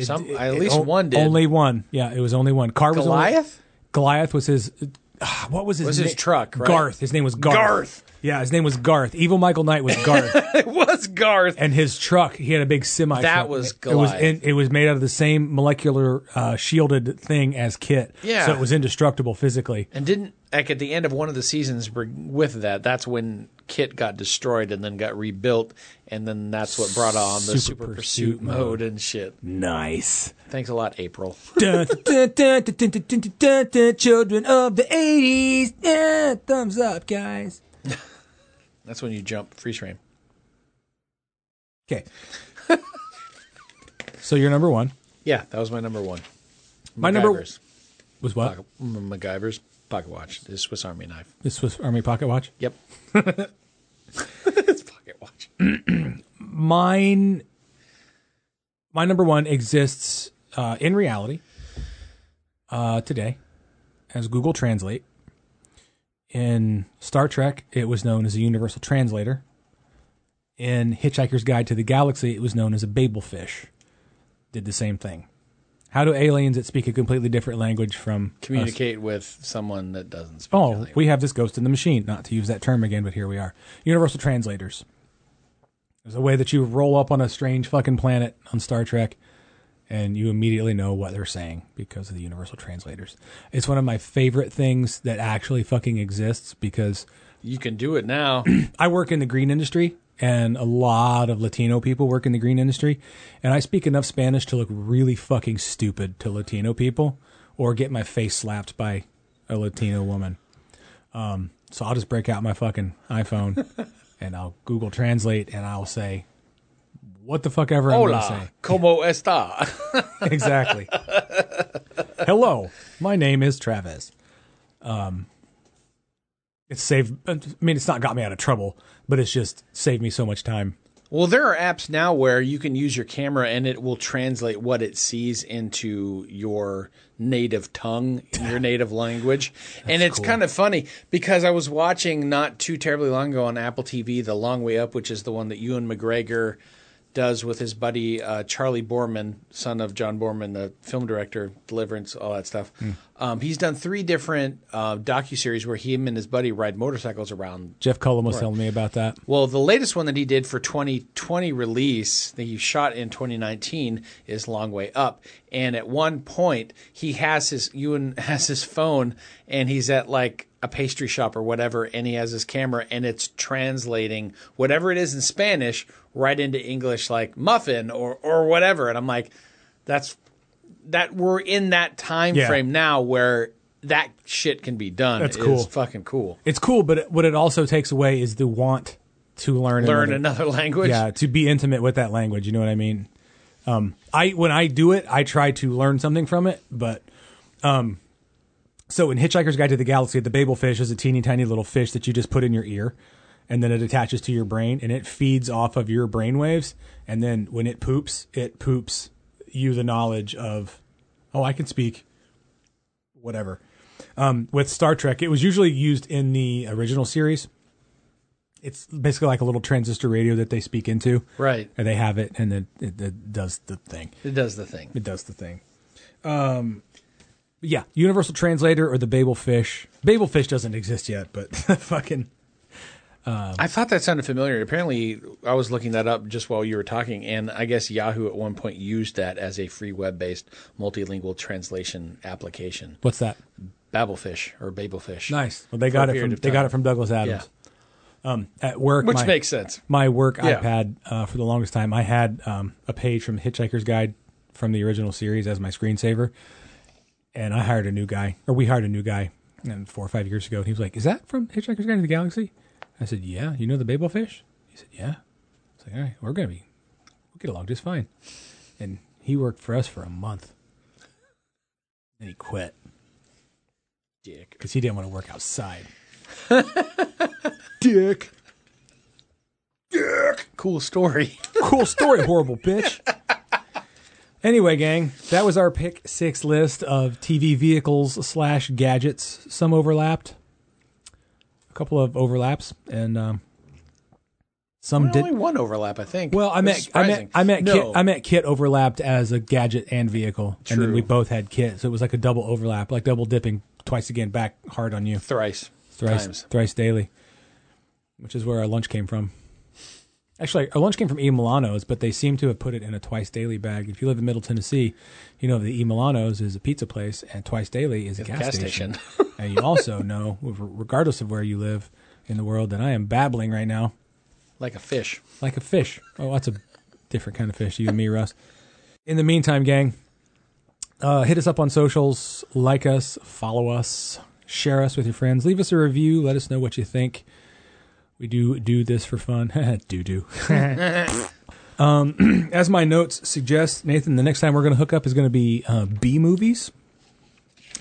S3: Some,
S2: It-
S3: at
S2: it-
S3: least
S2: o-
S3: one did.
S2: Only one. Yeah, it was only one. Car was only-
S3: Goliath?
S2: Goliath was his. ah, What was his?
S3: Was his
S2: na-
S3: truck, right?
S2: Garth. His name was Garth.
S3: Garth.
S2: Yeah, his name was Garth. Evil Michael Knight was Garth,
S3: it was Garth.
S2: and his truck. He had a big semi.
S3: That
S2: truck.
S3: was
S2: It was,
S3: Goliath.
S2: in, it was made out of the same molecular uh, shielded thing as Kit.
S3: Yeah.
S2: So it was indestructible physically.
S3: And didn't like at the end of one of the seasons we're- with that, that's when Kit got destroyed and then got rebuilt, and then that's what brought on the super,
S2: Super
S3: pursuit,
S2: Pursuit
S3: mode.
S2: mode.
S3: and shit.
S2: Nice.
S3: Thanks a lot, April.
S2: Dun, dun, dun, dun, dun, dun, dun, dun, dun, dun, children of the '80s. Yeah, thumbs up, guys.
S3: That's when you jump freeze frame.
S2: Okay. so you're number one.
S3: Yeah, that was my number one.
S2: My number-
S3: MacGyver's.
S2: Was what?
S3: Pocket, MacGyver's pocket watch, the Swiss Army knife.
S2: The Swiss Army pocket watch.
S3: Yep.
S2: Mine. My number one exists uh, in reality uh, today as Google Translate. In Star Trek, it was known as a universal translator. In Hitchhiker's Guide to the Galaxy, it was known as a Babelfish. Did the same thing. How do aliens that speak a completely different language from us-
S3: Communicate with someone that doesn't speak.
S2: Oh, we have this ghost in the machine. Not to use that term again, but here we are. Universal translators. There's a way that you roll up on a strange fucking planet on Star Trek and you immediately know what they're saying because of the universal translators. It's one of my favorite things that actually fucking exists because
S3: You can do it now.
S2: I work in the green industry, and a lot of Latino people work in the green industry, and I speak enough Spanish to look really fucking stupid to Latino people, or get my face slapped by a Latino woman. Um, so I'll just break out my fucking iPhone, and I'll Google Translate, and I'll say, "What the fuck ever I'm gonna say."
S3: Hola, como esta?
S2: exactly. Hello, my name is Travis. Um, it's saved. I mean, it's not got me out of trouble, but it's just saved me so much time.
S3: Well, there are apps now where you can use your camera and it will translate what it sees into your native tongue, in your native language. and it's kind of funny because I was watching not too terribly long ago on Apple TV, The Long Way Up, which is the one that Ewan McGregor does with his buddy uh, Charlie Borman, son of John Borman, the film director, Deliverance, all that stuff.
S2: Hmm.
S3: Um, he's done three different uh, docu series where he and his buddy ride motorcycles around
S2: Jeff Cullum was
S3: Right.
S2: telling me about that.
S3: well, the latest one that he did for 2020 release that he shot in 2019 is Long Way Up. And at one point, he has his Ewan has his phone, and he's at like a pastry shop or whatever, and he has his camera, and it's translating whatever it is in Spanish right into English, like muffin or or whatever. And I'm like, that's that we're in that time
S2: Yeah.
S3: frame now where that shit can be done.
S2: That's
S3: It is
S2: cool.
S3: fucking cool.
S2: It's cool, but it- what it also takes away is the want to learn
S3: Learn another language?
S2: Yeah, to be intimate with that language. You know what I mean? Um, I when I do it, I try to learn something from it, but um, so in Hitchhiker's Guide to the Galaxy, the Babel fish is a teeny tiny little fish that you just put in your ear, and then it attaches to your brain and it feeds off of your brain waves, and then when it poops, it poops you the knowledge of, oh, I can speak whatever. Um, with Star Trek, it was usually used in the original series. It's basically like a little transistor radio that they speak into,
S3: Right.
S2: And they have it, and then it, it does the thing.
S3: It does the thing.
S2: It does the thing. Um, yeah, Universal Translator or the Babel Fish. Babel Fish doesn't exist yet, but fucking. Um,
S3: I thought that sounded familiar. Apparently, I was looking that up just while you were talking, and I guess Yahoo at one point used that as a free web-based multilingual translation application.
S2: what's that?
S3: Babelfish or Babelfish.
S2: Nice. Well, they
S3: For
S2: got
S3: a
S2: it
S3: period
S2: from
S3: of
S2: they got
S3: time.
S2: it from Douglas Adams. Um, at work,
S3: Which
S2: my-
S3: makes sense.
S2: My work
S3: Yeah.
S2: iPad uh, for the longest time, I had um, a page from Hitchhiker's Guide from the original series as my screensaver, and I hired a new guy, or we hired a new guy, and four or five years ago, and he was like, "Is that from Hitchhiker's Guide to the Galaxy?" I said, "Yeah." You know the Babel fish? He said, "Yeah." I was like, "All right, we're gonna be we'll get along just fine," and he worked for us for a month, and he quit
S3: Dick.
S2: because he didn't want to work outside. Dick.
S3: Dick. Cool story.
S2: cool story, horrible bitch. Anyway, gang, that was our pick six list of TV vehicles slash gadgets. Some overlapped, a couple of overlaps, and um, some
S3: Well,
S2: Um, did.
S3: only one overlap, I think.
S2: Well, I
S3: That's
S2: meant I meant
S3: surprising.
S2: I meant Kit,
S3: no.
S2: I meant Kit overlapped as a gadget and vehicle, and then
S3: True.
S2: we both had Kit, so it was like a double overlap, like double dipping twice again back hard on you,
S3: Thrice.
S2: thrice,
S3: Times.
S2: thrice daily, which is where our lunch came from. Actually, our lunch came from E Milano's, but they seem to have put it in a twice daily bag. If you live in Middle Tennessee, you know the E Milano's is a pizza place, and twice daily is a gas,
S3: gas
S2: station. and you also know, regardless of where you live in the world, that I am babbling right now
S3: like a fish.
S2: like a fish. Oh, that's a different kind of fish. You and me, Russ. In the meantime, gang, uh, hit us up on socials, like us, follow us, share us with your friends, leave us a review, let us know what you think. We do do this for fun. do do. um, as my notes suggest, Nathan, the next time we're going to hook up is going to be uh, B movies.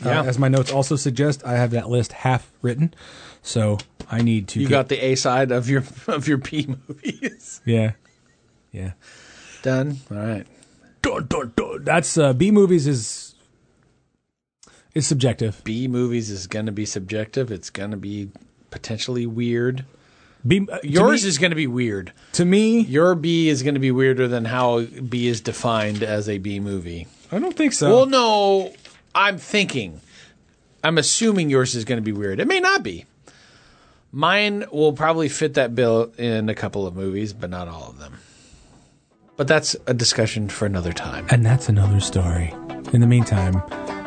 S2: Uh,
S3: Yeah.
S2: as my notes also suggest, I have that list half written, so I need to.
S3: You
S2: get-
S3: got the A side of your of your P movies.
S2: yeah, yeah.
S3: Done. All right.
S2: Dun, dun, dun. That's uh, B movies is is subjective.
S3: B movies is going to be subjective. It's going to be potentially weird.
S2: B uh, to
S3: Yours
S2: me-
S3: is going to be weird.
S2: To me,
S3: your B is going to be weirder than how B is defined as a B movie.
S2: I don't think so.
S3: Well, no, I'm thinking. I'm assuming yours is going to be weird. It may not be. Mine will probably fit that bill in a couple of movies, but not all of them. But that's a discussion for another time.
S2: and that's another story. In the meantime,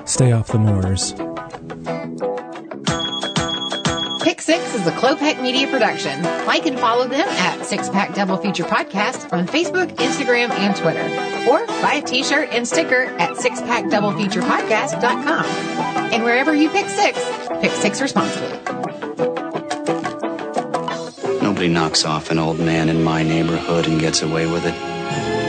S2: stay off the moors.
S1: Pick Pick Six is a Clopec Media production. Like and follow them at Six Pack Double Feature Podcast on Facebook, Instagram, and Twitter. Or buy a t shirt and sticker at sixpackdoublefeaturepodcast.com. And wherever you pick six, pick six responsibly.
S5: Nobody knocks off an old man in my neighborhood and gets away with it.